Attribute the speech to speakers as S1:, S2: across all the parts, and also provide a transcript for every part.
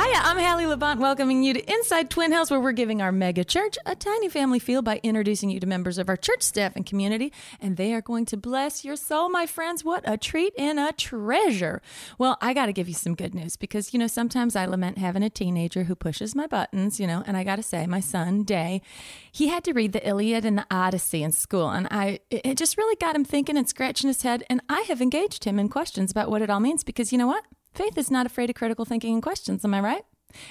S1: Hiya, I'm Hallie Levant, welcoming you to Inside Twin Hills, where we're giving our mega church a tiny family feel by introducing you to members of our church staff and community, and they are going to bless your soul, my friends. What a treat and a treasure! Well, I got to give you some good news because you know sometimes I lament having a teenager who pushes my buttons, you know, and I got to say, my son Day, he had to read the Iliad and the Odyssey in school, and I it it just really got him thinking and scratching his head, and I have engaged him in questions about what it all means because you know what. Faith is not afraid of critical thinking and questions, am I right?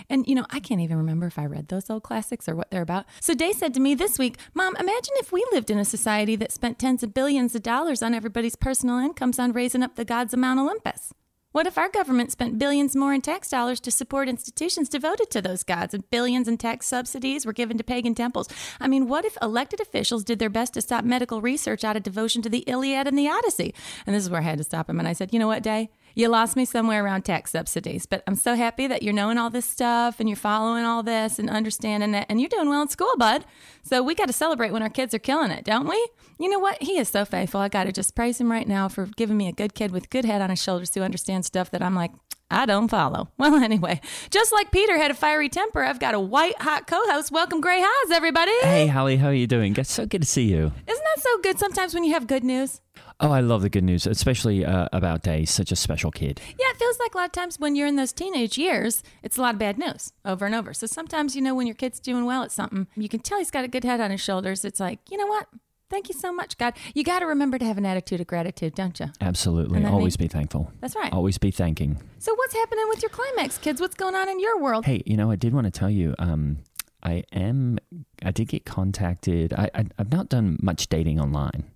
S1: And you know, I can't even remember if I read those old classics or what they're about. So Day said to me this week, Mom, imagine if we lived in a society that spent tens of billions of dollars on everybody's personal incomes on raising up the gods of Mount Olympus. What if our government spent billions more in tax dollars to support institutions devoted to those gods and billions in tax subsidies were given to pagan temples? I mean, what if elected officials did their best to stop medical research out of devotion to the Iliad and the Odyssey? And this is where I had to stop him. And I said, You know what, Day? You lost me somewhere around tax subsidies, but I'm so happy that you're knowing all this stuff and you're following all this and understanding it, and you're doing well in school, bud. So we got to celebrate when our kids are killing it, don't we? You know what? He is so faithful. I got to just praise him right now for giving me a good kid with good head on his shoulders who understands stuff that I'm like, I don't follow. Well, anyway, just like Peter had a fiery temper, I've got a white hot co host. Welcome, Gray Highs, everybody.
S2: Hey, Holly, how are you doing? It's so good to see you.
S1: Isn't that so good sometimes when you have good news?
S2: Oh, I love the good news, especially uh, about Day, such a special kid.
S1: Yeah, it feels like a lot of times when you're in those teenage years, it's a lot of bad news over and over. So sometimes, you know, when your kid's doing well at something, you can tell he's got a good head on his shoulders. It's like, you know what? Thank you so much, God. You got to remember to have an attitude of gratitude, don't you?
S2: Absolutely.
S1: And that
S2: Always
S1: mean-
S2: be thankful.
S1: That's right.
S2: Always be thanking.
S1: So, what's happening with your climax, kids? What's going on in your world?
S2: Hey, you know, I did want to tell you, um, I am, I did get contacted. I, I, I've not done much dating online,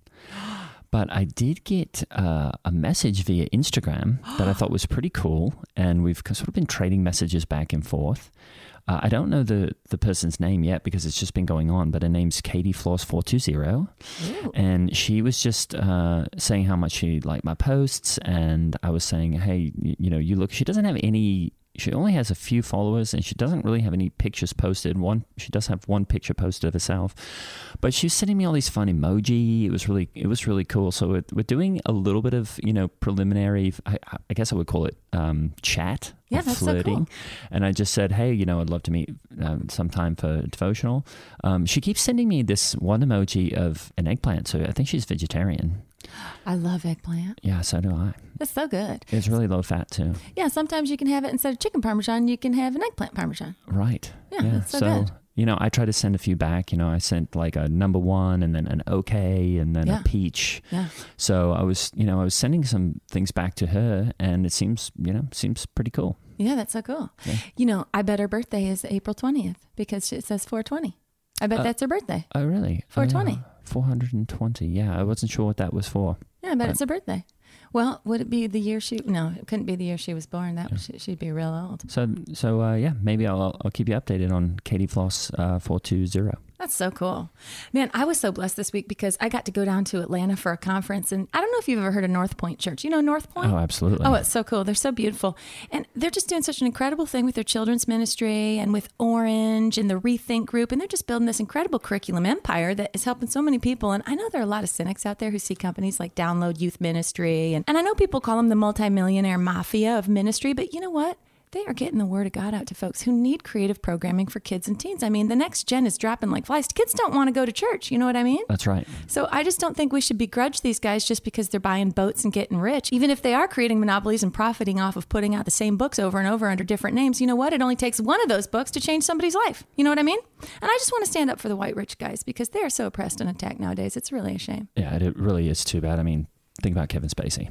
S2: but I did get uh, a message via Instagram that I thought was pretty cool. And we've sort of been trading messages back and forth. Uh, I don't know the, the person's name yet because it's just been going on, but her name's Katie Floss 420.
S1: Oh.
S2: And she was just uh, saying how much she liked my posts. And I was saying, hey, you, you know, you look, she doesn't have any, she only has a few followers and she doesn't really have any pictures posted. One, she does have one picture posted of herself, but she was sending me all these fun emoji. It was really, it was really cool. So we're, we're doing a little bit of, you know, preliminary, I, I guess I would call it um, chat.
S1: Yeah,
S2: or
S1: that's so cool.
S2: flirting and I just said, "Hey, you know, I'd love to meet um, sometime for a devotional." Um, she keeps sending me this one emoji of an eggplant, so I think she's vegetarian.
S1: I love eggplant.
S2: Yeah, so do I.
S1: That's so good.
S2: It's really low fat too.
S1: Yeah, sometimes you can have it instead of chicken parmesan, you can have an eggplant parmesan.
S2: Right.
S1: Yeah, that's so good.
S2: you know, I try to send a few back. You know, I sent like a number one, and then an okay, and then
S1: Yeah.
S2: a peach.
S1: Yeah.
S2: So I was, you know, I was sending some things back to her, and it seems, you know, seems pretty cool.
S1: Yeah, that's so cool. You know, I bet her birthday is April 20th because it says 420. I bet that's her birthday.
S2: Oh, really?
S1: 420.
S2: Four hundred and twenty. Yeah, I wasn't sure what that was for.
S1: Yeah, I bet it's her birthday. Well, would it be the year she? No, it couldn't be the year she was born. That was, she'd be real old.
S2: So, so uh, yeah, maybe I'll, I'll keep you updated on Katie Floss uh, 420.
S1: That's so cool, man. I was so blessed this week because I got to go down to Atlanta for a conference, and I don't know if you've ever heard of North Point Church. You know North Point?
S2: Oh, absolutely.
S1: Oh, it's so cool. They're so beautiful. And they're just doing such an incredible thing with their children's ministry and with Orange and the Rethink Group. And they're just building this incredible curriculum empire that is helping so many people. And I know there are a lot of cynics out there who see companies like Download Youth Ministry. And, and I know people call them the multimillionaire mafia of ministry, but you know what? They are getting the word of God out to folks who need creative programming for kids and teens. I mean, the next gen is dropping like flies. Kids don't want to go to church. You know what I mean?
S2: That's right.
S1: So I just don't think we should begrudge these guys just because they're buying boats and getting rich. Even if they are creating monopolies and profiting off of putting out the same books over and over under different names, you know what? It only takes one of those books to change somebody's life. You know what I mean? And I just want to stand up for the white rich guys because they're so oppressed and attacked nowadays. It's really a shame.
S2: Yeah, it, it really is too bad. I mean, think about Kevin Spacey.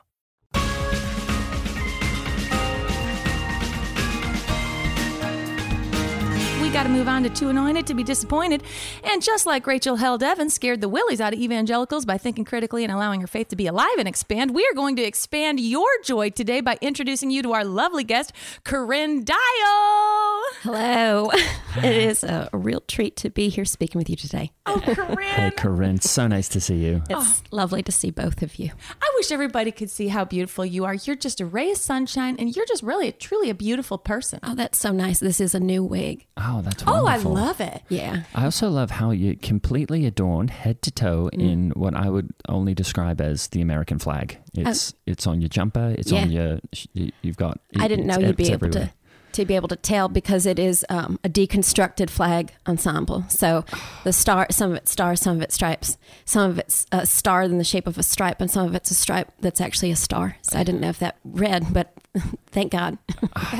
S1: We got to move on to Too Anointed to Be Disappointed. And just like Rachel Held Evans scared the willies out of evangelicals by thinking critically and allowing her faith to be alive and expand, we are going to expand your joy today by introducing you to our lovely guest, Corinne Dial.
S3: Hello. It is a real treat to be here speaking with you today.
S1: Oh,
S2: Hey,
S1: Corinne.
S2: Corinne, so nice to see you.
S3: It's lovely to see both of you.
S1: I wish everybody could see how beautiful you are. You're just a ray of sunshine and you're just really, truly a beautiful person.
S3: Oh, that's so nice. This is a new wig.
S2: Oh, that's
S1: Oh, I
S2: wonderful.
S1: love it.
S3: Yeah.
S2: I also love how you completely adorned head to toe
S3: Mm.
S2: in what I would only describe as the American flag.
S3: Oh.
S2: It's it's on your jumper. It's on your. sh- you- You've got.
S3: I didn't
S2: it's-
S3: know you'd be
S2: it's
S3: able
S2: everywhere.
S3: to to be able to tell because it is um, a deconstructed flag ensemble. So the star, some of it's stars, some of it's stripes, some of it's a star in the shape of a stripe, and some of it's a stripe that's actually a star. So I didn't know if that read, but thank God,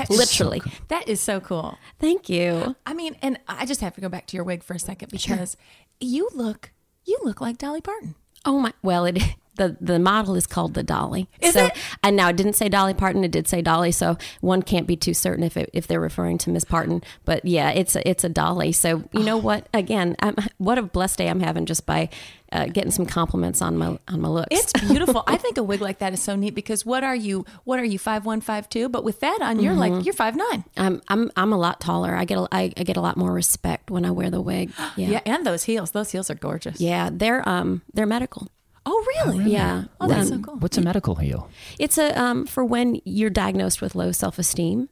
S3: literally.
S1: That is so cool.
S3: Thank you.
S1: I mean, and I just have to go back to your wig for a second because you look you look like Dolly Parton.
S3: Oh my! Well, it the the model is called the Dolly.
S1: Is
S3: so,
S1: it?
S3: And now I didn't say Dolly Parton. It did say Dolly. So one can't be too certain if it, if they're referring to Miss Parton. But yeah, it's a, it's a Dolly. So you
S1: Oh.
S3: know what? Again, I'm, what a blessed day I'm having just by uh, getting some compliments on my on my looks.
S1: It's beautiful. I think a wig like that is so neat because what are you? What are you? Five one, five two. But with that on, you're like you're five nine.
S3: I'm I'm I'm a lot taller. I get a, I, I get a lot more respect when I wear the wig. Yeah.
S1: Yeah,
S3: yeah.
S1: and those heels. Those heels are gorgeous.
S3: they're um they're medical.
S1: Oh, really?
S3: Yeah.
S1: Oh, that's so
S3: Um,
S1: cool.
S2: What's a medical heel?
S3: It's a um, for when you're diagnosed with low self esteem,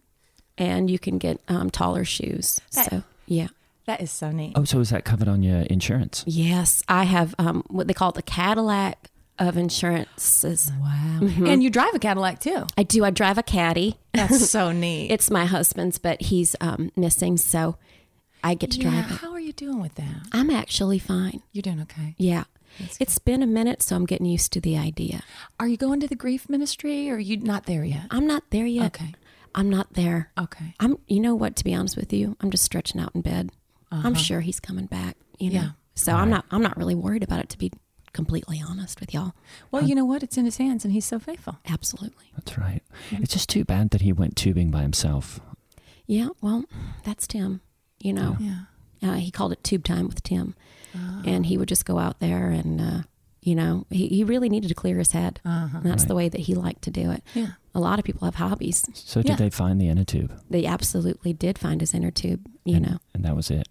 S3: and you can get um, taller shoes.
S1: That-
S3: so yeah,
S1: That is so neat.
S2: Oh, so is that covered on your insurance?
S3: yes, I have um, what they call the Cadillac of insurances.
S1: Wow. And you drive a Cadillac too.
S3: I do. I drive a caddy.
S1: That's so neat.
S3: It's my husband's, but he's um, missing, so I get to
S1: yeah.
S3: drive it.
S1: How are you doing with that?
S3: I'm actually fine.
S1: You're doing okay.
S3: Yeah, it's been a minute, so I'm getting used to the idea.
S1: Are you going to the grief ministry, or are you not there yet?
S3: I'm not there yet.
S1: Okay.
S3: I'm not there.
S1: Okay.
S3: I'm. You know what? To be honest with you, I'm just stretching out in bed. I'm sure he's coming back. You know.
S1: Uh-huh. Yeah.
S3: So I'm not. I'm not really worried about it. To be completely honest with y'all,
S1: Well, you know what? It's in his hands, and he's so faithful.
S3: absolutely.
S2: That's right.
S3: Mm-hmm.
S2: It's just too bad that he went tubing by himself.
S3: Yeah. Well, that's Tim. You know.
S1: Yeah.
S3: Uh, he called it tube time with Tim, and he would just go out there and. Uh, you know, he, he really needed to clear his head.
S1: Uh-huh.
S3: That's the way that he liked to do it.
S1: Yeah.
S3: A lot of people have hobbies.
S2: So did
S1: Yeah.
S2: they find the inner tube?
S3: They absolutely did find his inner tube, you
S2: And-
S3: know.
S2: and that was it.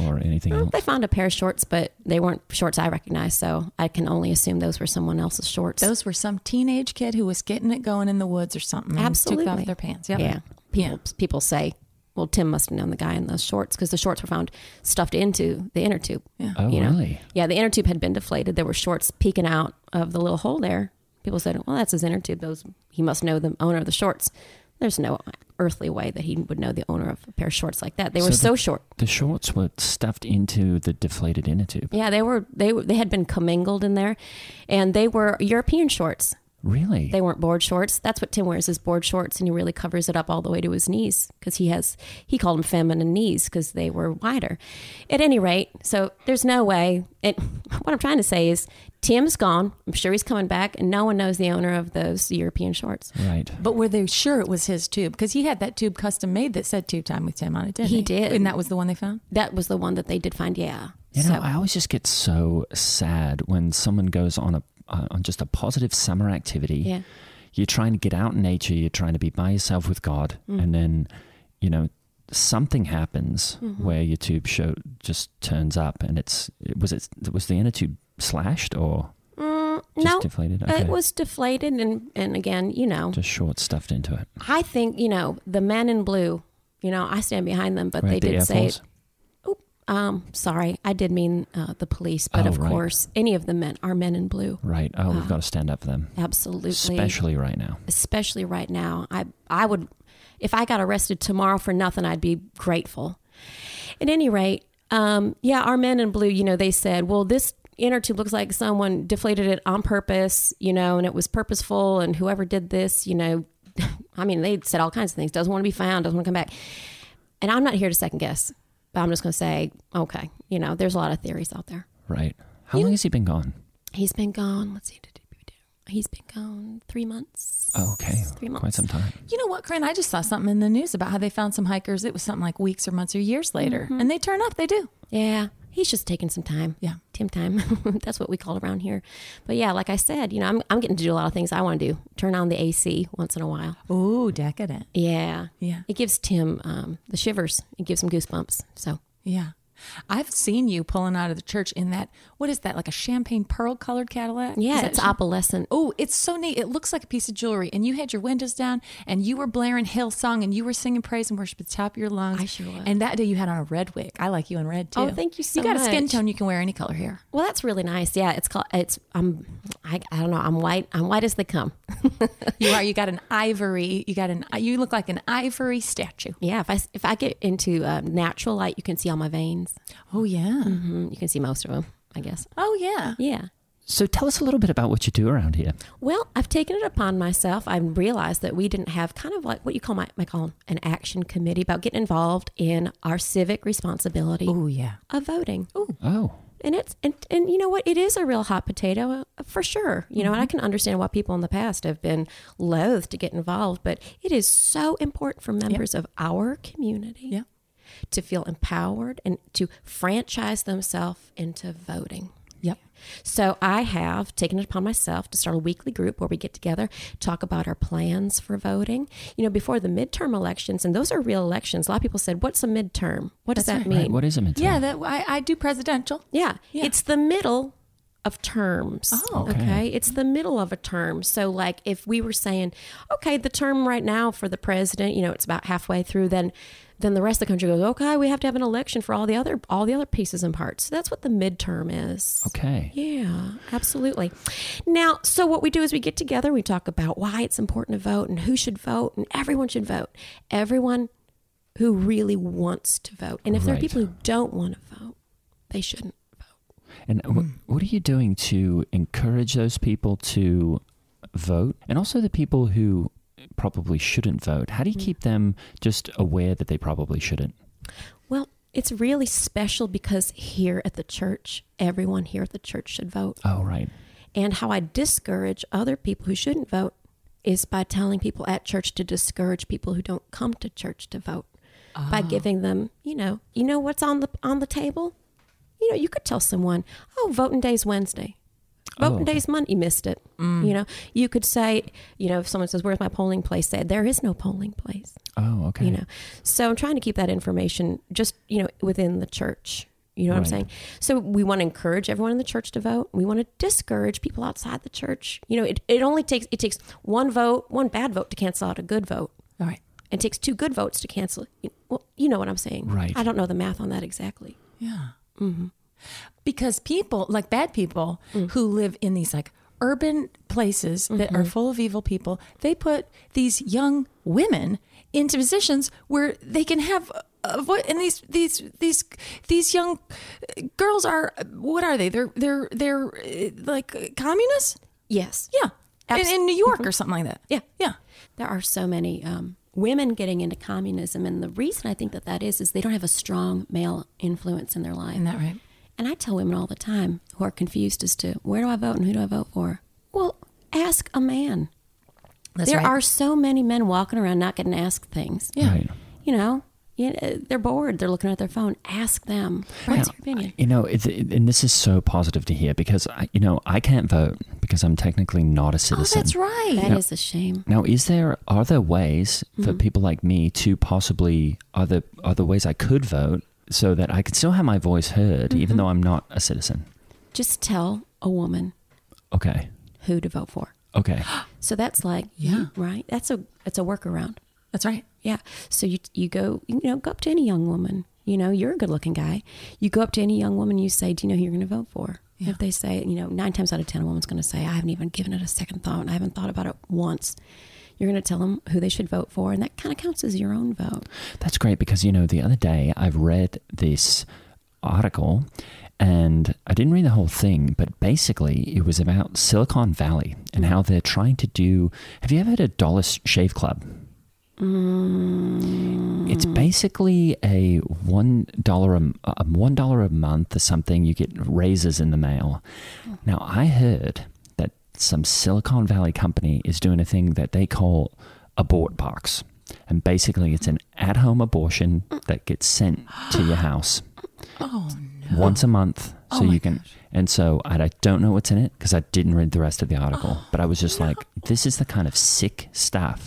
S2: or anything
S3: Well,
S2: else?
S3: they found a pair of shorts, but they weren't shorts I recognized, so I can only assume those were someone else's shorts.
S1: Those were some teenage kid who was getting it going in the woods or something. and
S3: Absolutely.
S1: Took off their pants. Yep.
S3: Yeah.
S1: Yeah.
S3: People, people say, well, Tim must have known the guy in those shorts because the shorts were found stuffed into the inner tube. Yeah.
S2: Oh,
S3: you know?
S2: really?
S3: Yeah, the inner tube had been deflated. There were shorts peeking out of the little hole there. People said, well, that's his inner tube. Those He must know the owner of the shorts. There's no earthly way that he would know the owner of a pair of shorts like that. They
S2: So
S3: were so,
S2: the-
S3: short.
S2: The shorts were stuffed into the deflated inner tube.
S3: Yeah, they were they were- they had been commingled in there, and they were European shorts.
S2: Really?
S3: They weren't board shorts. That's what Tim wears is board shorts, and he really covers it up all the way to his knees because he has he called them feminine knees because they were wider. At any rate, so there's no way. It, what I'm trying to say is Tim's gone. I'm sure he's coming back, and no one knows the owner of those European shorts.
S2: right.
S1: But were they sure it was his tube? Because he had that tube custom made that said tube time with Tim on it, didn't he?
S3: He did.
S1: And that was the one they found?
S3: That was the one that they did find. Yeah.
S2: You know,
S3: so
S2: I always just get so sad when someone goes on a uh, on just a positive summer activity.
S3: Yeah.
S2: You're trying to get out in nature. You're trying to be by yourself with God,
S3: Mm.
S2: and then, you know, something happens
S3: Mm-hmm.
S2: where your tube show just turns up, and it's it- was it was the inner tube slashed or just
S3: no,
S2: deflated?
S3: Mm, it was deflated, and and again, you know,
S2: just short stuffed into it.
S3: I think you know the men in blue. You know, I stand behind them, but they
S2: the
S3: did
S2: Air
S3: say,
S2: Force?
S3: um, "Sorry, I did mean uh, the police." But
S2: Oh,
S3: of
S2: right.
S3: course, any of the men are men in blue.
S2: Right. Oh, we've got to stand up for them,
S3: Uh-huh. Absolutely,
S2: especially right now.
S3: especially right now. I I would, if I got arrested tomorrow for nothing, I'd be grateful. At any rate, um, yeah, our men in blue. You know, they said, "Well, this." Inner tube looks like someone deflated it on purpose, you know, and it was purposeful. And whoever did this, you know, I mean, they said all kinds of things. Doesn't want to be found. Doesn't want to come back. And I'm not here to second guess, but I'm just going to say, okay, you know, there's a lot of theories out there.
S2: Right. How long has he been gone?
S3: He's been gone. Let's see. He's been gone three months.
S2: Oh, okay.
S3: Three months.
S2: Quite some time.
S1: You know what, Corinne? I just saw something in the news about how they found some hikers. It was something like weeks or months or years later.
S3: Mm-hmm.
S1: And they turn up. They do.
S3: Yeah, he's just taking some time.
S1: Yeah.
S3: Tim time. That's what we call it around here. But yeah, like I said, you know, I'm, I'm getting to do a lot of things I want to do. Turn on the AC once in a while.
S1: Ooh, decadent.
S3: Yeah.
S1: Yeah.
S3: It gives Tim um, the shivers, it gives him goosebumps. So
S1: Yeah. I've seen you pulling out of the church in that, what is that, like a champagne pearl colored Cadillac? Is
S3: yeah,
S1: that
S3: it's
S1: cha-
S3: opalescent.
S1: Oh, it's so neat. It looks like a piece of jewelry. And you had your windows down and you were blaring Hillsong and you were singing praise and worship at the top of your lungs.
S3: I sure was.
S1: And that day you had on a red wig. I like you in red too.
S3: Oh, thank you so
S1: You got a skin
S3: much.
S1: tone you can wear any color here.
S3: Well, that's really nice. Yeah, it's called. It's I'm. I, I don't know. I'm white. I'm white as they come.
S1: You are. You got an ivory. You got an. You look like an ivory statue.
S3: Yeah. If I s- if I get into uh, natural light, you can see all my veins.
S1: Oh yeah.
S3: Mm, You can see most of them, I guess.
S1: Oh yeah.
S3: Yeah.
S2: So tell us a little bit about what you do around here.
S3: Well, I've taken it upon myself. I realized that we didn't have kind of like what you call my, my call an action committee about getting involved in our civic responsibility
S1: Oh yeah.
S3: of voting.
S2: Oh,
S3: And it's and, and you know what? It is a real hot potato uh, for sure. You know, and I can understand why people in the past have been loath to get involved, but it is so important for members of our community
S1: Yeah.
S3: to feel empowered and to franchise themselves into voting.
S1: Yep.
S3: So I have taken it upon myself to start a weekly group where we get together, talk about our plans for voting. You know, before the midterm elections, and those are real elections. A lot of people said, "What's a midterm? What does that mean?"
S2: right. What is a midterm?
S1: Yeah. That I, I do presidential.
S3: Yeah.
S1: Yeah.
S3: It's the middle of terms.
S1: Oh.
S3: okay. It's the middle of a term. So, like, if we were saying, okay, the term right now for the president, you know, it's about halfway through, then then the rest of the country goes, okay, we have to have an election for all the other all the other pieces and parts. So that's what the midterm is.
S2: Okay.
S3: Yeah, absolutely. Now, so what we do is we get together, we talk about why it's important to vote and who should vote, and everyone should vote. Everyone who really wants to vote. And if there are
S2: Right.
S3: people who don't want to vote, they shouldn't vote.
S2: And wh- what are you doing to encourage those people to vote, and also the people who probably shouldn't vote? How do you
S3: Mm-hmm.
S2: keep them just aware that they probably shouldn't?
S3: Well, it's really special because here at the church, everyone here at the church should vote.
S2: Oh, right.
S3: And how I discourage other people who shouldn't vote is by telling people at church to discourage people who don't come to church to vote by giving them, you know, you know what's on the on the table? You know, you could tell someone, "Oh, voting day's Wednesday." Open Day's Monday. You missed it. You know, you could say, you know, if someone says, "Where's my polling place?" Say, "There is no polling place."
S2: Oh, okay.
S3: You know, so I'm trying to keep that information just you know within the church. You know what I'm
S2: Right.
S3: saying? So we want to encourage everyone in the church to vote. We want to discourage people outside the church. You know, it, it only takes it takes one vote, one bad vote to cancel out a good vote.
S1: All right.
S3: It takes two good votes to cancel. You, well, you know what I'm saying,
S2: Right.
S3: I don't know the math on that exactly.
S1: Yeah. Mm-hmm. Because people, like bad people who live in these like urban places that are full of evil people, they put these young women into positions where they can have a- a voice. And these these these these young uh, girls are what are they? They're they're they're uh, like uh, communists.
S3: Yes.
S1: Yeah. In,
S3: Abs-
S1: in New York or something like that.
S3: Yeah.
S1: Mm-hmm. Yeah.
S3: There are so many um, women getting into communism, and the reason I think that that is is they don't have a strong male influence in their life.
S1: Isn't that right?
S3: And I tell women all the time who are confused as to where do I vote and who do I vote for. Well, ask a man.
S1: That's
S3: there
S1: right.
S3: are so many men walking around not getting asked things.
S1: Yeah.
S2: Right.
S3: You know, you uh, they're bored. They're looking at their phone. Ask them. What's
S2: Now,
S3: your opinion?
S2: You know, it's, it, and this is so positive to hear because I, you know I can't vote because I'm technically not a
S1: Oh,
S2: citizen.
S1: that's right.
S3: That is a shame.
S2: Now, is there are there ways for people like me to possibly are there are there ways I could vote so that I could still have my voice heard, even though I'm not a citizen?
S3: Just tell a woman
S2: Okay,
S3: who to vote for.
S2: okay,
S3: So that's like,
S1: Yeah.
S3: right. That's a it's a workaround.
S1: That's right.
S3: Yeah. So you you go you know go up to any young woman. You know you're a good looking guy. You go up to any young woman. You say, do you know who you're going to vote for? If they say, you know, nine times out of ten, a woman's going to say, I haven't even given it a second thought. I haven't thought about it once. You're going to tell them who they should vote for, and that kind of counts as your own vote.
S2: that's great because you know the other day I've read this article. And I didn't read the whole thing, but basically it was about Silicon Valley and how they're trying to do. Have you ever heard of Dollar Shave Club?
S3: Mm.
S2: It's
S1: Mm.
S2: basically a one dollar a a one dollar a month or something. You get razors in the mail.
S1: Oh.
S2: Now I heard that some Silicon Valley company is doing a thing that they call abort box, and basically it's an at-home abortion that gets sent to your house
S1: Oh,
S2: once a month, so you can. And so I, I don't know what's in it because I didn't read the rest of the article, but I was just like, this is the kind of sick stuff.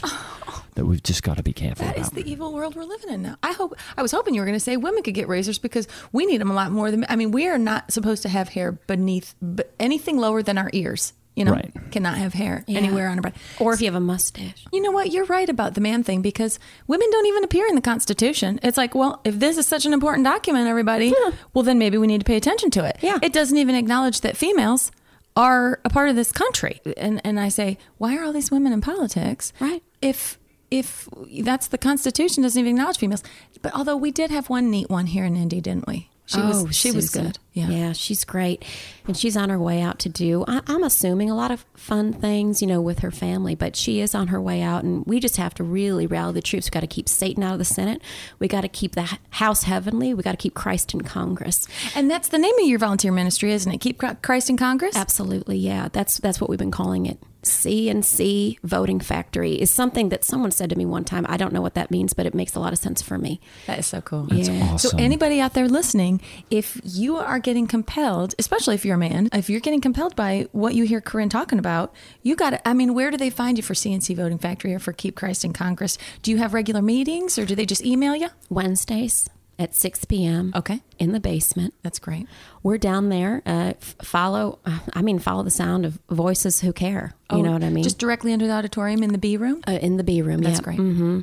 S2: That we've just got to be careful
S1: That
S2: about.
S1: is the evil world we're living in now. I hope I was hoping you were going to say women could get razors because we need them a lot more than I mean we are not supposed to have hair beneath but anything lower than our ears. You know,
S2: Right.
S1: cannot have hair anywhere on our body.
S3: Or if you have a mustache,
S1: You know what? You're right about the man thing because women don't even appear in the Constitution. It's like, well, if this is such an important document, everybody, well, then maybe we need to pay attention to it.
S3: Yeah.
S1: It doesn't even acknowledge that females are a part of this country. And and I say, why are all these women in politics?
S3: Right.
S1: If if that's the Constitution doesn't even acknowledge females. But although we did have one neat one here in Indy, didn't we? She
S3: Oh,
S1: was she was
S3: Susan.
S1: good.
S3: Yeah. she's great. And she's on her way out to do, I, I'm assuming, a lot of fun things, you know, with her family, but she is on her way out. And we just have to really rally the troops. we got to keep Satan out of the Senate. we got to keep the h- House heavenly. we got to keep Christ in Congress.
S1: And that's the name of your volunteer ministry, isn't it? Keep Christ in Congress.
S3: Absolutely, yeah. That's that's what we've been calling it. CNC Voting Factory is something that someone said to me one time. I don't know what that means, but it makes a lot of sense for me.
S1: That is so cool.
S2: awesome.
S1: So anybody out there listening, if you are getting compelled, especially if you're a man, if you're getting compelled by what you hear Corinne talking about, you got to, I mean, where do they find you for CNC Voting Factory or for Keep Christ in Congress? Do you have regular meetings or do they just email you?
S3: Wednesdays at 6 p.m.
S1: Okay.
S3: in the basement.
S1: That's great.
S3: we're down there. Uh, f- follow, I mean, follow the sound of voices who care. You know what I
S1: Oh,
S3: mean?
S1: Just directly under the auditorium in the B room?
S3: uh, in the B room.
S1: That's
S3: yeah.
S1: great.
S3: hmm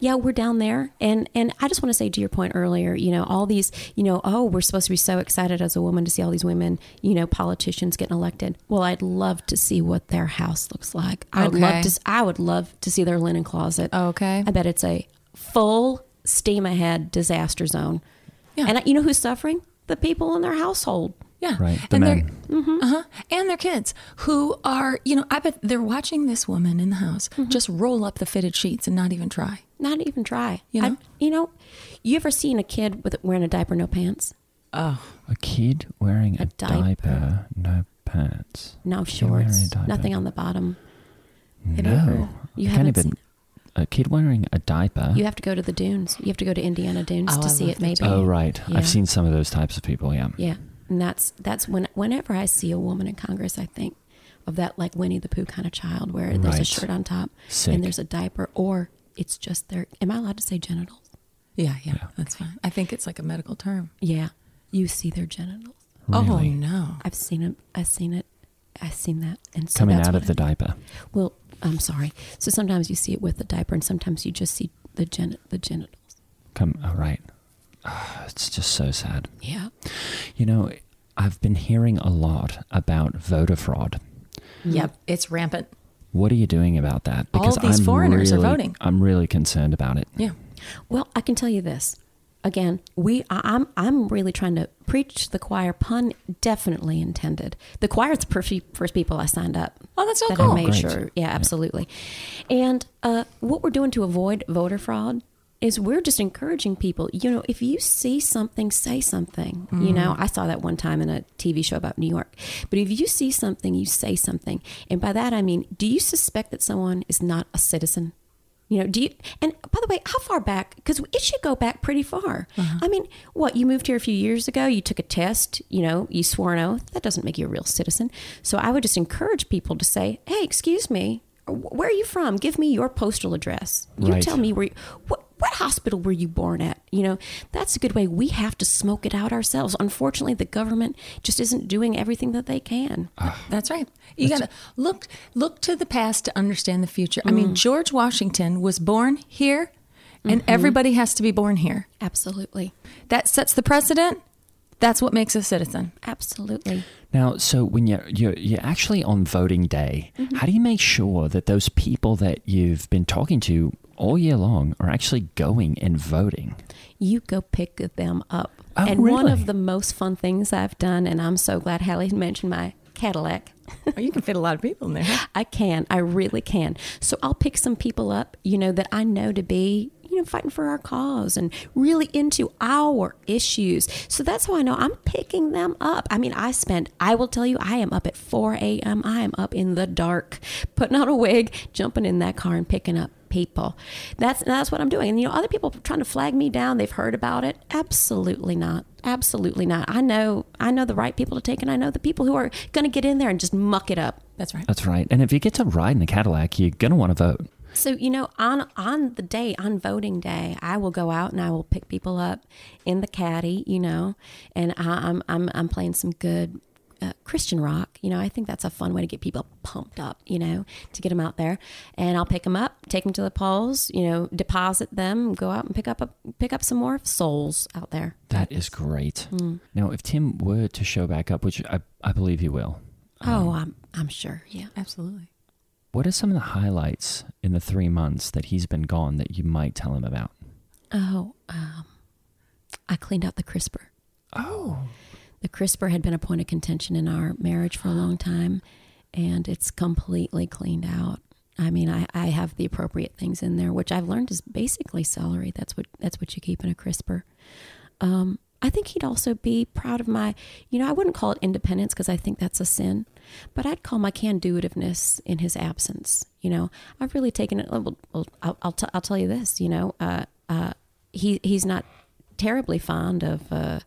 S3: Yeah, we're down there, and and I just want to say to your point earlier, you know, all these, you know, oh, we're supposed to be so excited as a woman to see all these women, you know, politicians getting elected. Well, I'd love to see what their house looks like. I'd
S1: Okay.
S3: love to. s- I would love to see their linen closet.
S1: Okay.
S3: I bet it's a full steam ahead disaster zone.
S1: Yeah.
S3: And you know who's suffering? The people in their household.
S1: Yeah.
S2: Right, the
S1: and
S2: men.
S1: they're
S3: Mm-hmm.
S1: uh-huh. and their kids who are, you know, I bet they're watching this woman in the house
S3: Mm-hmm.
S1: just roll up the fitted sheets and not even try.
S3: not even try.
S1: You
S3: I-
S1: know?
S3: you know, you ever seen a kid with wearing a diaper, no pants?
S2: A kid wearing a,
S3: A
S2: diaper.
S3: diaper.
S2: no pants.
S3: No
S2: wearing a
S3: shorts,
S2: diaper.
S3: nothing on the bottom. Have you
S2: No,
S3: ever-
S2: I
S3: you
S2: can't
S3: haven't
S2: even.
S3: seen-
S2: A kid wearing a diaper.
S3: You have to go to the dunes. You have to go to Indiana Dunes
S1: Oh,
S3: to
S1: I
S3: see
S1: love
S3: it.
S1: that.
S3: Maybe.
S2: oh right,
S3: Yeah.
S2: I've seen some of those types of people. Yeah.
S3: Yeah, and that's that's when whenever I see a woman in Congress, I think of that like Winnie the Pooh kind of child where there's a
S2: Right.
S3: shirt on top
S2: Sick.
S3: and there's a diaper, or it's just their. Am I allowed to say genitals?
S1: Yeah, yeah, that's fine. I think it's like a medical term.
S3: Yeah, you see their genitals.
S1: Oh
S2: Really?
S1: no.
S3: I've seen it. I've seen it. I've seen that. And so
S2: Coming
S3: that's
S2: out
S3: what
S2: of the
S3: I-
S2: diaper.
S3: Well, I'm sorry. So sometimes you see it with the diaper, and sometimes you just see the gen the genitals.
S2: Come, all right. Ah, It's just so sad.
S3: Yeah.
S2: You know, I've been hearing a lot about voter fraud.
S1: Yep, it's rampant.
S2: What are you doing about that?
S1: All of these foreigners are
S2: really-
S1: voting.
S2: I'm really concerned about it.
S1: Yeah.
S3: Well, I can tell you this. Again, we I- I'm I'm really trying to preach to the choir. Pun definitely intended. The choir's the first, first people I signed up.
S1: Oh, that's so
S3: that
S1: cool.
S3: I made
S2: Great.
S3: sure. Yeah, absolutely. And uh, what we're doing to avoid voter fraud is we're just encouraging people. You know, if you see something, say something. You know, I saw that one time in a TV show about New York. But if you see something, you say something. And by that I mean, do you suspect that someone is not a citizen? You know, do you? And by the way, how far back? Because it should go back pretty far. I mean, what you moved here a few years ago, you took a test, you know, you swore an oath. That doesn't make you a real citizen. So I would just encourage people to say, "Hey, excuse me, wh- where are you from? Give me your postal address. You
S2: Right.
S3: tell me where. You, what what hospital were you born at? You know, that's a good way. We have to smoke it out ourselves. Unfortunately, the government just isn't doing everything that they can.
S1: That's right. You got to look look to the past to understand the future. I mean, George Washington was born here and everybody has to be born here.
S3: Absolutely,
S1: That sets the precedent. That's what makes a citizen.
S3: absolutely.
S2: Now, so when you're, you're, you're actually on voting day,
S3: Mm-hmm.
S2: how do you make sure that those people that you've been talking to all year long are actually going and voting?
S3: you go pick them up.
S2: Oh,
S3: and one
S2: really?
S3: of the most fun things I've done, and I'm so glad Hallie mentioned my Cadillac.
S1: you can fit a lot of people in there.
S3: I can, I really can. So I'll pick some people up, you know, that I know to be, you know, fighting for our cause and really into our issues. So that's how I know I'm picking them up. I mean, I spend, I will tell you, I am up at 4 a.m., I am up in the dark, putting on a wig, jumping in that car and picking up people. That's that's what I'm doing. And you know, other people trying to flag me down, they've heard about it. Absolutely not. Absolutely not. I know I know the right people to take and I know the people who are going to get in there and just muck it up.
S1: That's right.
S2: That's right. And if you get to ride in the Cadillac, you're going to want to vote.
S3: So you know, on on the day, on voting day, I will go out and I will pick people up in the caddy, you know, and I, I'm I'm I'm playing some good uh, Christian rock. You know, I think that's a fun way to get people pumped up, you know, to get them out there. And I'll pick them up, take them to the polls, you know, deposit them, go out and pick up a, pick up some more souls out there.
S2: That is great.
S3: Hmm.
S2: Now, if Tim were to show back up, which I, I believe he will,
S3: Oh, I'm I'm sure, yeah.
S1: Absolutely.
S2: what are some of the highlights in the three months that he's been gone that you might tell him about?
S3: Oh, um, I cleaned out the crisper.
S2: Oh,
S3: The CRISPR had been a point of contention in our marriage for a long time, and it's completely cleaned out. I mean, I, I have the appropriate things in there, which I've learned is basically celery. That's what that's what you keep in a CRISPR. Um, I think he'd also be proud of my, you know, I wouldn't call it independence because I think that's a sin, but I'd call my can-do-itiveness in his absence. You know, I've really taken it. uh, Well, well, I'll I'll, t- I'll tell you this. You know, uh, uh, he he's not terribly fond of. Uh,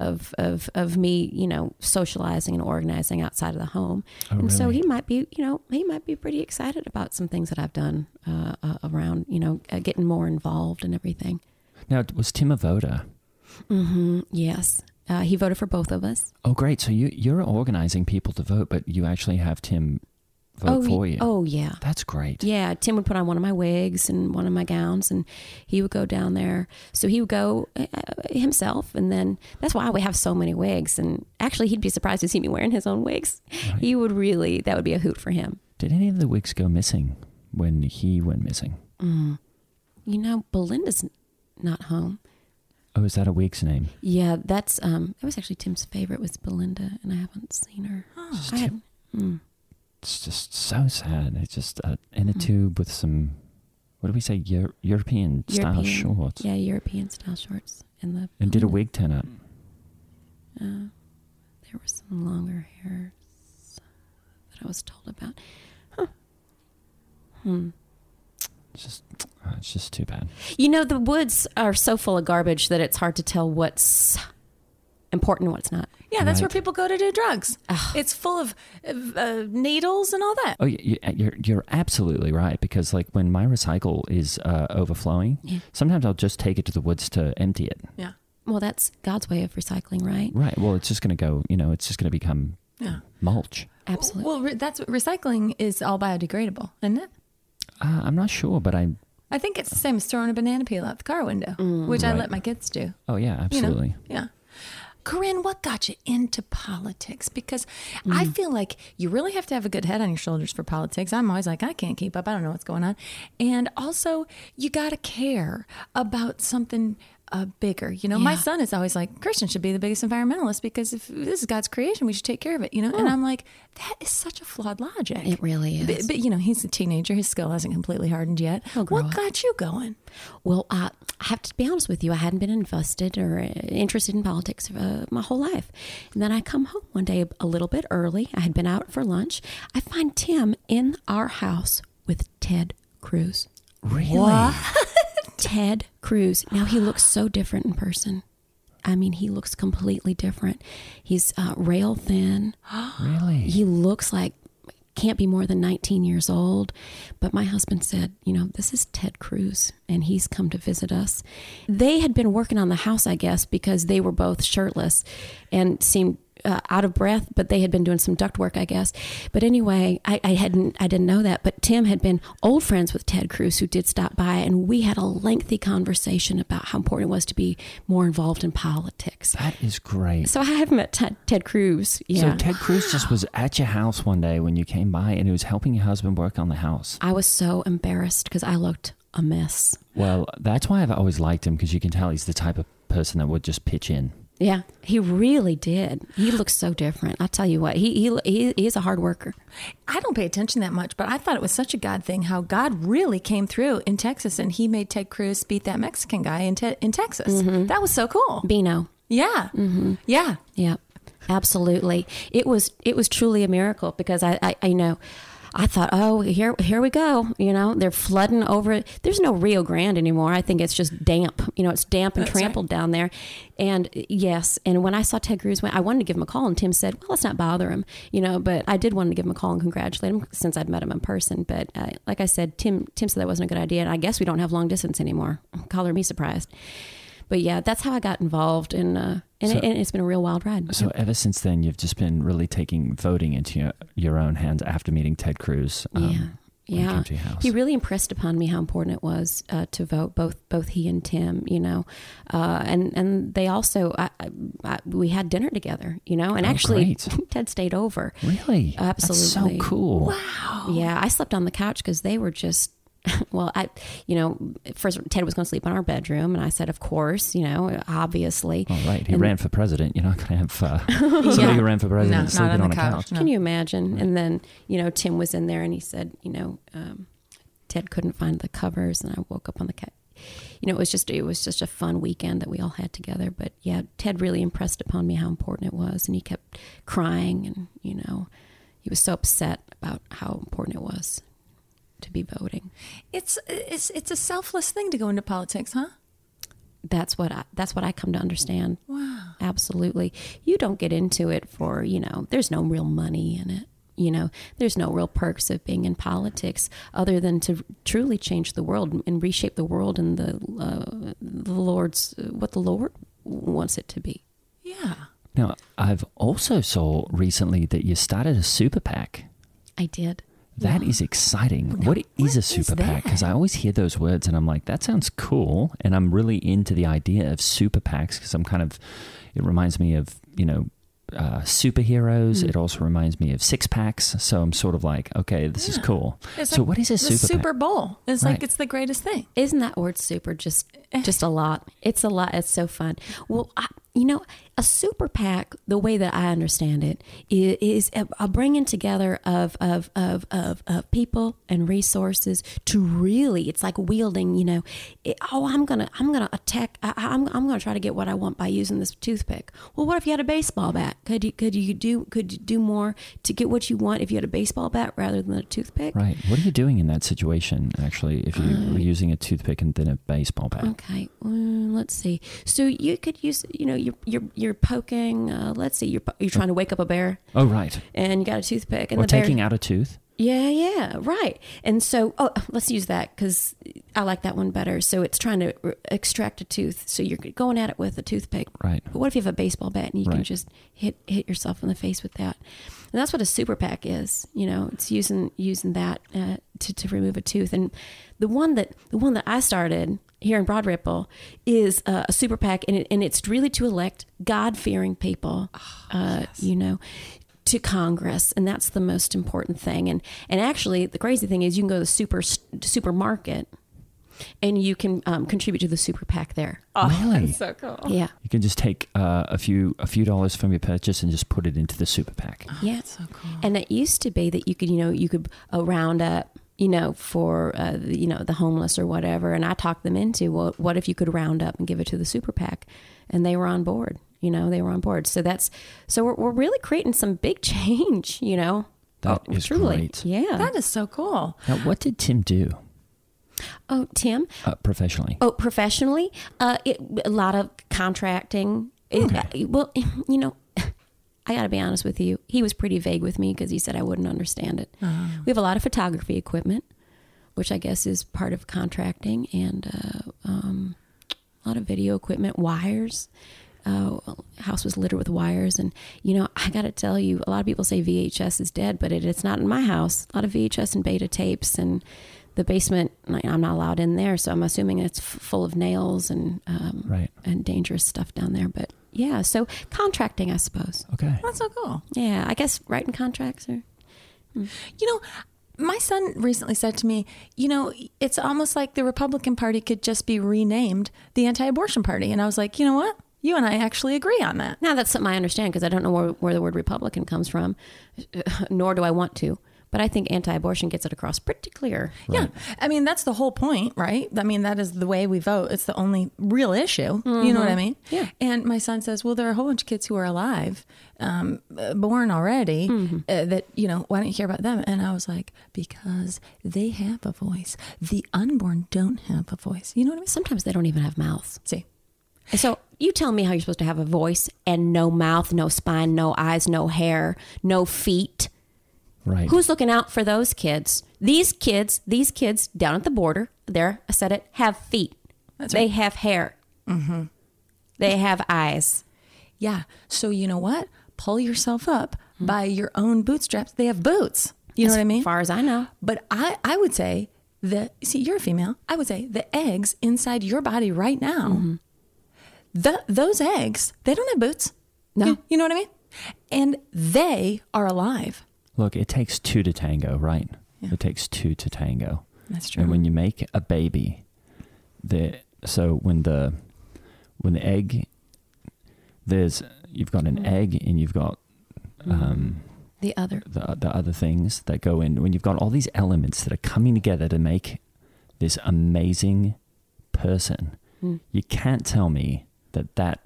S3: of, of, of me, you know, socializing and organizing outside of the home. and so he might be, you know, he might be pretty excited about some things that I've done uh, uh, around, you know, uh, getting more involved and everything.
S2: now was Tim a voter?
S3: Mm-hmm. Yes. Uh, he voted for both of us.
S2: Oh, great. So you, you're organizing people to vote, but you actually have Tim vote
S3: oh,
S2: for
S3: ye-
S2: you.
S3: oh, yeah.
S2: That's great.
S3: Yeah, Tim would put on one of my wigs and one of my gowns, and he would go down there. So he would go uh, himself, and then that's why we have so many wigs. And actually, he'd be surprised to see me wearing his own wigs. He would really, that would be a hoot for him.
S2: Did any of the wigs go missing when he went missing?
S3: You know, Belinda's not home.
S2: Oh, is that a wig's name?
S3: Yeah, that's um. That was actually Tim's favorite was Belinda, and I haven't seen her. I mm, haven't-
S2: It's just so sad. It's just uh, in a tube with some, what do we say, Eur- European, style shorts.
S3: Yeah, European style shorts, and the
S2: And did a wig turn up?
S3: there were some longer hairs that I was told about.
S2: It's just, uh, it's just too bad.
S3: You know, the woods are so full of garbage that it's hard to tell what's important and what's not.
S1: Yeah, Yeah, that's where
S2: Right.
S1: people go to do drugs. It's full of uh, uh, needles and all that.
S2: Oh, you, you- you're you're absolutely right because like when my recycle is uh, overflowing, sometimes I'll just take it to the woods to empty it.
S1: Yeah.
S3: Well, that's God's way of recycling, right?
S2: Right. Well, it's just going to go. You know, it's just going to become
S1: Yeah.
S2: mulch.
S3: Absolutely.
S1: Well, re- that's what recycling is all biodegradable, isn't it?
S2: Uh, I'm not sure, but I.
S1: I think it's the same as throwing a banana peel out the car window,
S3: Mm,
S1: which I let my kids do.
S2: Oh yeah,
S1: you know?
S2: absolutely.
S1: Yeah. Corinne, what got you into politics? Because I
S3: Mm.
S1: feel like you really have to have a good head on your shoulders for politics. I'm always like, I can't keep up. I don't know what's going on. And also, you got to care about something uh, bigger. You know, my
S3: Yeah.
S1: son is always like, Christian should be the biggest environmentalist because if this is God's creation, we should take care of it. You know, and I'm like, that is such a flawed logic.
S3: Oh. It really
S1: But,
S3: is.
S1: but, you know, he's a teenager. His skill hasn't completely hardened yet.
S3: grow
S1: What
S3: up.
S1: got you going?
S3: Well, I, I have to be honest with you. I hadn't been invested or uh, interested in politics uh, my whole life. And then I come home one day a little bit early. I had been out for lunch. I find Tim in our house with Ted Cruz.
S2: Really?
S3: Ted Cruz. Now he looks so different in person. I mean, he looks completely different. He's uh, rail thin.
S2: Really?
S3: He looks like can't be more than 19 years old. But my husband said, you know, this is Ted Cruz and he's come to visit us. They had been working on the house, I guess, because they were both shirtless and seemed uh, out of breath, but they had been doing some duct work, I guess. But anyway, I, I hadn't, I didn't know that. But Tim had been old friends with Ted Cruz, who did stop by, and we had a lengthy conversation about how important it was to be more involved in politics.
S2: That is great.
S3: So I have met Ted, Ted Cruz. Yeah.
S2: So Ted Cruz just was at your house one day when you came by, and he was helping your husband work on the house.
S3: I was so embarrassed because I looked a mess.
S2: Well, that's why I've always liked him because you can tell he's the type of person that would just pitch in.
S3: Yeah, he really did. He looks so different. I tell you what, he he he he's a hard worker.
S1: I don't pay attention that much, but I thought it was such a God thing how God really came through in Texas and he made Ted Cruz beat that Mexican guy in, te- in Texas. That was so cool.
S3: Bino.
S1: Yeah. Yeah.
S3: Yeah, absolutely. It was it was truly a miracle because I I, I know. I thought, oh, here, here we go. You know, they're flooding over. There's no Rio Grande anymore. I think it's just damp. You know, it's damp and trampled down there. And yes, and when I saw Ted Cruz, when I wanted to give him a call, and Tim said, well, let's not bother him. You know, but I did want to give him a call and congratulate him since I'd met him in person. But uh, like I said, Tim, Tim said that wasn't a good idea, and I guess we don't have long distance anymore. Color me surprised. But yeah, that's how I got involved, and uh, and,
S2: So-
S3: it, and it's been a real wild ride.
S2: So ever since then, you've just been really taking voting into your, your own hands after meeting Ted Cruz. um, when he
S3: yeah,
S2: came to your house.
S3: he really impressed upon me how important it was uh, to vote. Both both he and Tim, you know, uh, and and they also I, I, I, we had dinner together, you know, and
S2: Oh,
S3: actually
S2: great.
S3: Ted stayed over.
S2: Really?
S3: Absolutely.
S2: That's so cool. Oh.
S3: Yeah, I slept on the couch because they were just. Well, I, you know, first Ted was going to sleep in our bedroom, and I said, "Of course, you know, obviously."
S2: All right. He
S3: And-
S2: ran for president. You're not going to have uh, somebody
S1: Yeah.
S2: who ran for president
S1: No,
S2: sleeping
S1: not on the
S2: on a couch.
S1: couch. No.
S3: Can you imagine? And then, you know, Tim was in there and he said, you know, um, Ted couldn't find the covers and I woke up on the couch. You know, it was just it was just a fun weekend that we all had together. But yeah, Ted really impressed upon me how important it was and he kept crying and, you know, he was so upset about how important it was to be voting.
S1: It's, it's, it's a selfless thing to go into politics, huh?
S3: That's what I that's what I come to understand.
S1: Wow.
S3: Absolutely. You don't get into it for, you know, there's no real money in it. You know, there's no real perks of being in politics other than to truly change the world and reshape the world and the, uh, the Lord's, what the Lord wants it to be.
S1: Yeah.
S2: Now, I've also saw recently that you started a super PAC.
S3: I did.
S2: That is exciting. what is a super PAC? Because I always hear those words and I'm like, that sounds cool. And I'm really into the idea of super PACs because I'm kind of, it reminds me of, you know, uh, superheroes.
S1: Hmm.
S2: It also reminds me of six packs. So I'm sort of like, okay, this is cool.
S1: It's
S2: so
S1: like
S2: what is a
S1: the
S2: super,
S1: Super
S2: PAC?
S1: Bowl? It's like
S2: Right.
S1: it's the greatest thing.
S3: Isn't that word super just just a lot? It's a lot. It's so fun. Well, I, you know, a super PAC, the way that I understand it, i- is a, a bringing together of of, of of of people and resources to really. It's like wielding. You know, it, oh, I'm gonna I'm gonna attack. I, I- I'm I'm gonna try to get what I want by using this toothpick. Well, what if you had a baseball bat? Could you could you do could you do more to get what you want if you had a baseball bat rather than a toothpick?
S2: Right. What are you doing in that situation, actually, if you
S1: Uh, oh,
S2: were using a toothpick and then a baseball bat?
S3: mm, Okay, well, let's see. So you could use, you know, you're you're, you're poking. Uh, let's see, you're po- you're trying to wake up a bear,
S2: Oh, right.
S3: and you got a toothpick, and
S2: Or
S3: the bear.
S2: taking out a tooth.
S3: Yeah, yeah, right. And so, oh, let's use that because I like that one better. So it's trying to r extract a tooth. So you're going at it with a toothpick.
S2: Right.
S3: But what if you have a baseball bat and you can
S2: Right.
S3: just hit hit yourself in the face with that? And that's what a super pack is. You know, it's using using that uh, to to remove a tooth. And the one that the one that I started here in Broad Ripple is uh, a super pack, and it, and it's really to elect God fearing people. uh, You know to Congress, and that's the most important thing. And and actually, the crazy thing is, you can go to the super supermarket, and you can um, contribute to the super PAC there.
S2: really?
S1: Oh, So cool.
S3: Yeah,
S2: You can just take uh, a few a few dollars from your purchase and just put it into the super pack.
S3: yeah. And it used to be that you could, you know, you could uh, round up, you know, for uh, the, you know the homeless or whatever. And I talked them into, well, what if you could round up and give it to the super PAC? And they were on board. You know, they were on board. So that's so we're, we're really creating some big change. You know, Oh,
S2: That is
S3: truly,
S2: great.
S3: yeah.
S1: That is so cool.
S2: Now, what did Tim do
S3: oh, Tim.
S2: uh, professionally?
S3: Oh, professionally, uh, it, a lot of contracting. It- uh, well, you know, I got to be honest with you. He was pretty vague with me because he said I wouldn't understand it. We have a lot of photography equipment, which I guess is part of contracting, and uh, um, a lot of video equipment, wires. Uh, house was littered with wires, and you know I got to tell you, a lot of people say VHS is dead, but it, it's not in my house. A lot of VHS and beta tapes, and the basement I- I'm not allowed in there, so I'm assuming it's f- full of nails and um,
S2: Right.
S3: and dangerous stuff down there. But yeah, so contracting, I suppose.
S2: Okay.
S1: That's so cool.
S3: Yeah, I guess writing contracts or
S1: You know, my son recently said to me, you know, it's almost like the Republican Party could just be renamed the anti abortion party. And I was like, you know what? You and I actually agree on that.
S3: now that's something I understand because I don't know where, where the word Republican comes from, nor do I want to. But I think anti-abortion gets it across pretty clear.
S1: Yeah. I mean, that's the whole point, right? I mean, that is the way we vote. It's the only real issue. You know what I mean? Yeah. And my son says, well, there are a whole bunch of kids who are alive, um, uh, born already, uh, that, you know, why don't you hear about them? And I was like, because they have a voice. The unborn don't have a voice. You know what I mean?
S3: Sometimes they don't even have mouths.
S1: See,
S3: So you tell me how you're supposed to have a voice and no mouth, no spine, no eyes, no hair, no feet.
S2: Right.
S3: Who's looking out for those kids? These kids, these kids down at the border, there, I said it, have feet. they have hair. Mm-hmm. They have eyes.
S1: yeah. So you know what? Pull yourself up by your own bootstraps. They have boots. You know what I mean?
S3: As far as I know.
S1: But I, I would say the see you're a female. I would say the eggs inside your body right now. The those eggs they don't have boots.
S3: No.
S1: you, you know what I mean. And they are alive.
S2: Look, it takes two to tango, right? It takes two to tango.
S1: That's
S2: And when you make a baby, the so when the when the egg there's you've got an egg and you've got um,
S3: The other.
S2: the the other things that go in. When you've got all these elements that are coming together to make this amazing person,
S1: Hmm.
S2: you can't tell me that that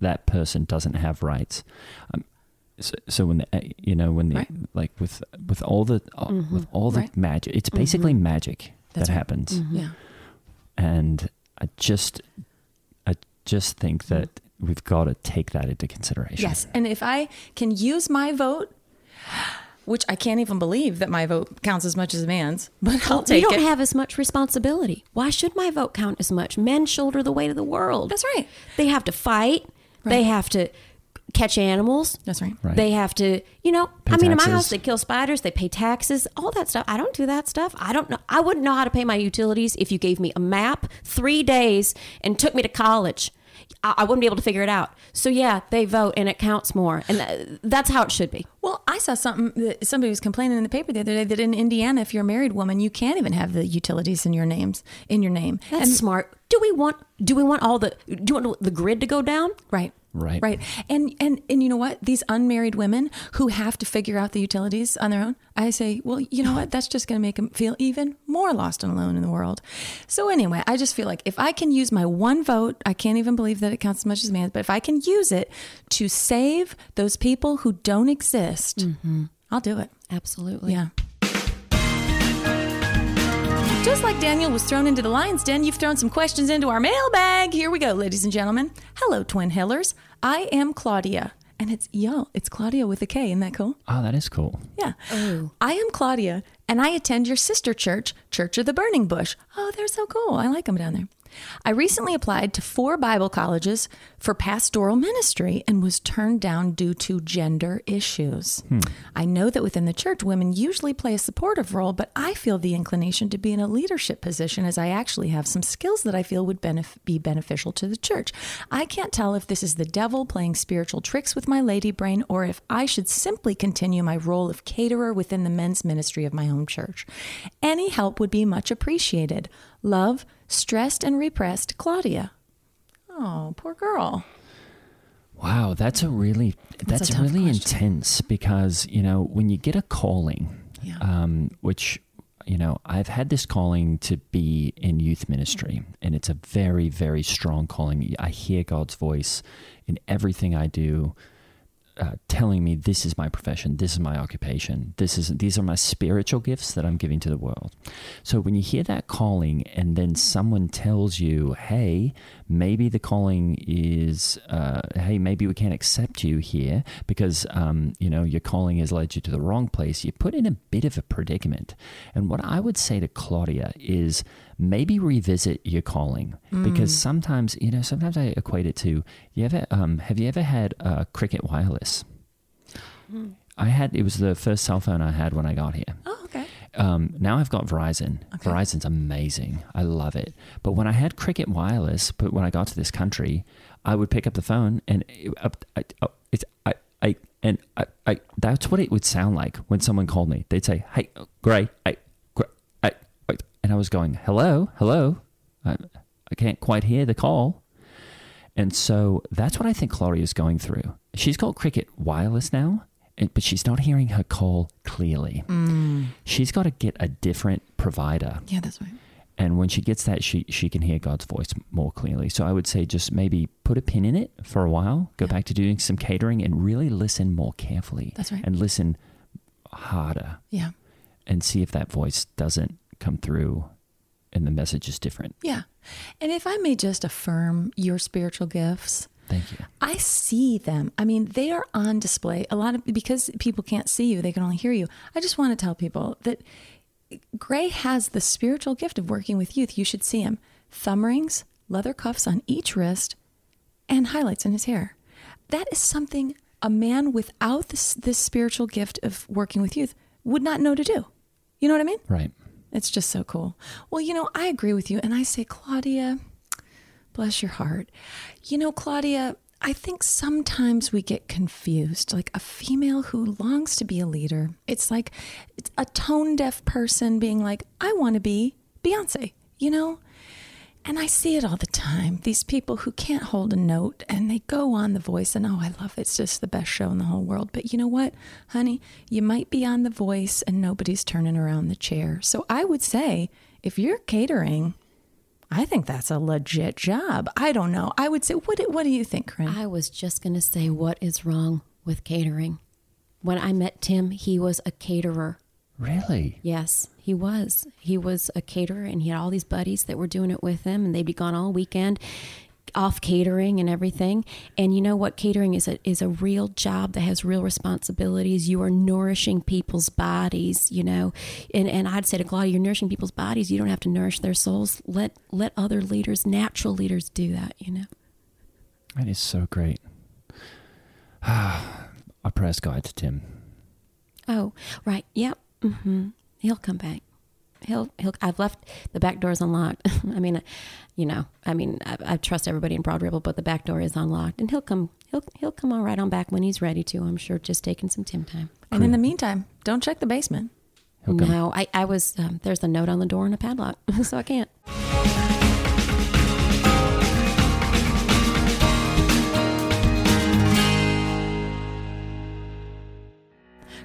S2: that person doesn't have rights. Um, so, so when the, e- you know when the
S1: Right. Mm-hmm.
S2: like with with all the uh, with all the
S1: Right. Mm-hmm.
S2: magic, it's basically magic
S1: That's
S2: that
S1: right. Mm-hmm.
S2: happens,
S1: Yeah.
S2: and I just I just think that we've got to take that into consideration.
S1: Mm-hmm. Yes. And if I can use my vote. Which I can't even believe that my vote counts as much as a man's, but I'll
S3: You
S1: take
S3: don't
S1: it.
S3: have as much responsibility. Why should my vote count as much? Men shoulder the weight of the world.
S1: That's right.
S3: They have to fight. They have to catch animals.
S1: That's right.
S2: Right.
S3: They have to, you know,
S2: Pay
S3: I mean, in my
S2: taxes.
S3: house, they kill spiders, they pay taxes, all that stuff. I don't do that stuff. I don't know. I wouldn't know how to pay my utilities if you gave me a map, three days, and took me to college. I, I wouldn't be able to figure it out. So, yeah, they vote and it counts more. And th- that's how it should be.
S1: Well, I saw something that somebody was complaining in the paper the other day that in Indiana, if you're a married woman, you can't even have the utilities in your names in your name.
S3: That's smart. Do we want, do we want all the, do you want the grid to go down?
S1: Right.
S2: Right.
S1: Right. And and and you know what? These unmarried women who have to figure out the utilities on their own, I say, well, you know what? That's just going to make them feel even more lost and alone in the world. So anyway, I just feel like if I can use my one vote, I can't even believe that it counts as much as man's, but if I can use it to save those people who don't
S3: Mm-hmm.
S1: exist, I'll do it.
S3: Absolutely.
S1: Yeah. Just like Daniel was thrown into the lion's den, you've thrown some questions into our mailbag. Here we go, ladies and gentlemen. Hello, twin hillers. I am Claudia. And it's yo, it's Claudia with a K. Isn't that cool?
S2: Oh, that is cool.
S1: Yeah. I am Claudia, and I attend your sister church, Church of the Burning Bush. Oh, they're so cool. I like them down there. I recently applied to four Bible colleges for pastoral ministry and was turned down due to gender issues. I know that within the church, women usually play a supportive role, but I feel the inclination to be in a leadership position as I actually have some skills that I feel would benef- be beneficial to the church. I can't tell if this is the devil playing spiritual tricks with my lady brain or if I should simply continue my role of caterer within the men's ministry of my home church. Any help would be much appreciated. Love, stressed and repressed Claudia. Oh, poor girl.
S2: Wow, that's a really that's,
S1: a tough
S2: really
S1: question.
S2: intense because you know when you get a calling, um, which you know I've had this calling to be in youth ministry, and it's a very very strong calling. I hear God's voice in everything I do, uh, telling me this is my profession, this is my occupation, this is these are my spiritual gifts that I'm giving to the world. So when you hear that calling, and then someone tells you, "Hey, maybe the calling is, uh, hey, maybe we can't accept you here because um, you know your calling has led you to the wrong place," you put in a bit of a predicament. And what I would say to Claudia is maybe revisit your calling because sometimes you know sometimes I equate it to you ever um, have you ever had uh, Cricket Wireless? I had it was the first cell phone I had when I got here.
S1: Oh, okay.
S2: Um, now I've got Verizon. Verizon's amazing. I love it. But when I had Cricket Wireless, but when I got to this country, I would pick up the phone and it, up- I, oh, it's I I and I, I that's what it would sound like when someone called me. They'd say, "Hey, Gray, I, Gray, I, I," and I was going, "Hello, hello." I, I can't quite hear the call. And so that's what I think Claudia is going through. She's got Cricket wireless now, and- but she's not hearing her call clearly. She's got to get a different provider.
S1: Yeah, that's right.
S2: And when she gets that, she, she can hear God's voice more clearly. So I would say just maybe put a pin in it for a while, go back to doing some catering and really listen more carefully.
S1: That's right.
S2: And listen harder
S1: Yeah.
S2: and see if that voice doesn't come through and the message is different.
S1: Yeah. And if I may just affirm your spiritual gifts,
S2: Thank you.
S1: I see them. I mean, they are on display. A lot of because people can't see you, they can only hear you. I just want to tell people that Gray has the spiritual gift of working with youth. You should see him. Thumb rings, leather cuffs on each wrist, and highlights in his hair. That is something a man without this, this spiritual gift of working with youth would not know to do. You know what I mean?
S2: Right.
S1: It's just so cool. Well, you know, I agree with you. And I say, Claudia, bless your heart. You know, Claudia, I think sometimes we get confused. Like a female who longs to be a leader, it's like it's a tone deaf person being like, I want to be Beyonce, you know? And I see it all the time. These people who can't hold a note and they go on The Voice, and oh, I love it. It's just the best show in the whole world. But you know what, honey? You might be on The Voice and nobody's turning around the chair. So I would say if you're catering, I think that's a legit job. I don't know. I would say, what, do- what do you think, Corinne?
S3: I was just going to say, what is wrong with catering? When I met Tim, he was a caterer.
S2: Really?
S3: Yes, he was. He was a caterer and he had all these buddies that were doing it with him and they'd be gone all weekend off catering and everything. And you know what catering is a is a real job that has real responsibilities. You are nourishing people's bodies, you know. And and I'd say to Claudia, you're nourishing people's bodies. You don't have to nourish their souls. Let let other leaders, natural leaders do that, you know.
S2: That is so great. I press God to Tim.
S3: Oh, right. Yep. hmm He'll come back. He'll he'll. I've left the back door's unlocked. I mean, you know. I mean, I, I trust everybody in Broad Ripple, but the back door is unlocked, and he'll come. He'll he'll come all right on back when he's ready to. I'm sure. Just taking some Tim time.
S1: And in the meantime, don't check the basement.
S2: He'll come.
S3: No, I I was. Um, there's a note on the door and a padlock, so I can't.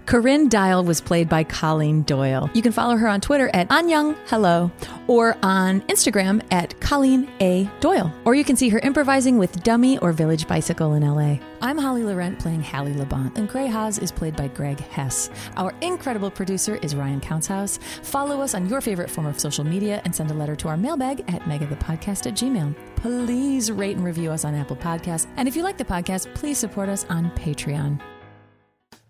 S1: Corinne Dial was played by Colleen Doyle. You can follow her on Twitter at Anyang Hello or on Instagram at Colleen A. Doyle. Or you can see her improvising with Dummy or Village Bicycle in LA. I'm Holly Laurent playing Hallie Labont, and Gray Haas is played by Greg Hess. Our incredible producer is Ryan Countshouse. Follow us on your favorite form of social media and send a letter to our mailbag at megathepodcast at gmail. Please rate and review us on Apple Podcasts. And if you like the podcast, please support us on Patreon.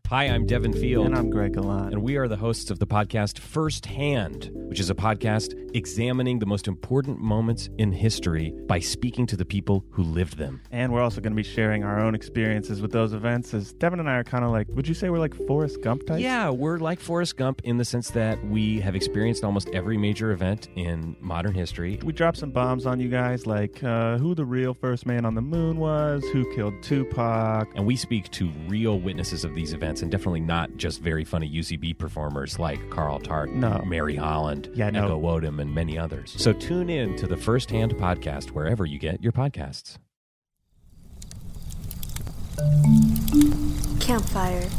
S4: Hi, I'm Devin Field.
S5: And I'm Greg Gallant.
S4: And we are the hosts of the podcast First Hand, which is a podcast examining the most important moments in history by speaking to the people who lived them.
S5: And we're also going to be sharing our own experiences with those events. As Devin and I are kind of like, would you say we're like Forrest Gump types?
S4: Yeah, we're like Forrest Gump in the sense that we have experienced almost every major event in modern history.
S5: We dropped some bombs on you guys, like uh, who the real first man on the moon was, who killed Tupac.
S4: And we speak to real witnesses of these events and definitely not just very funny UCB performers like Carl Tart,
S5: No.
S4: Mary Holland,
S5: Yeah, no.
S4: Echo Wodum, and many others. So tune in to the First Hand podcast wherever you get your podcasts.
S6: Campfire.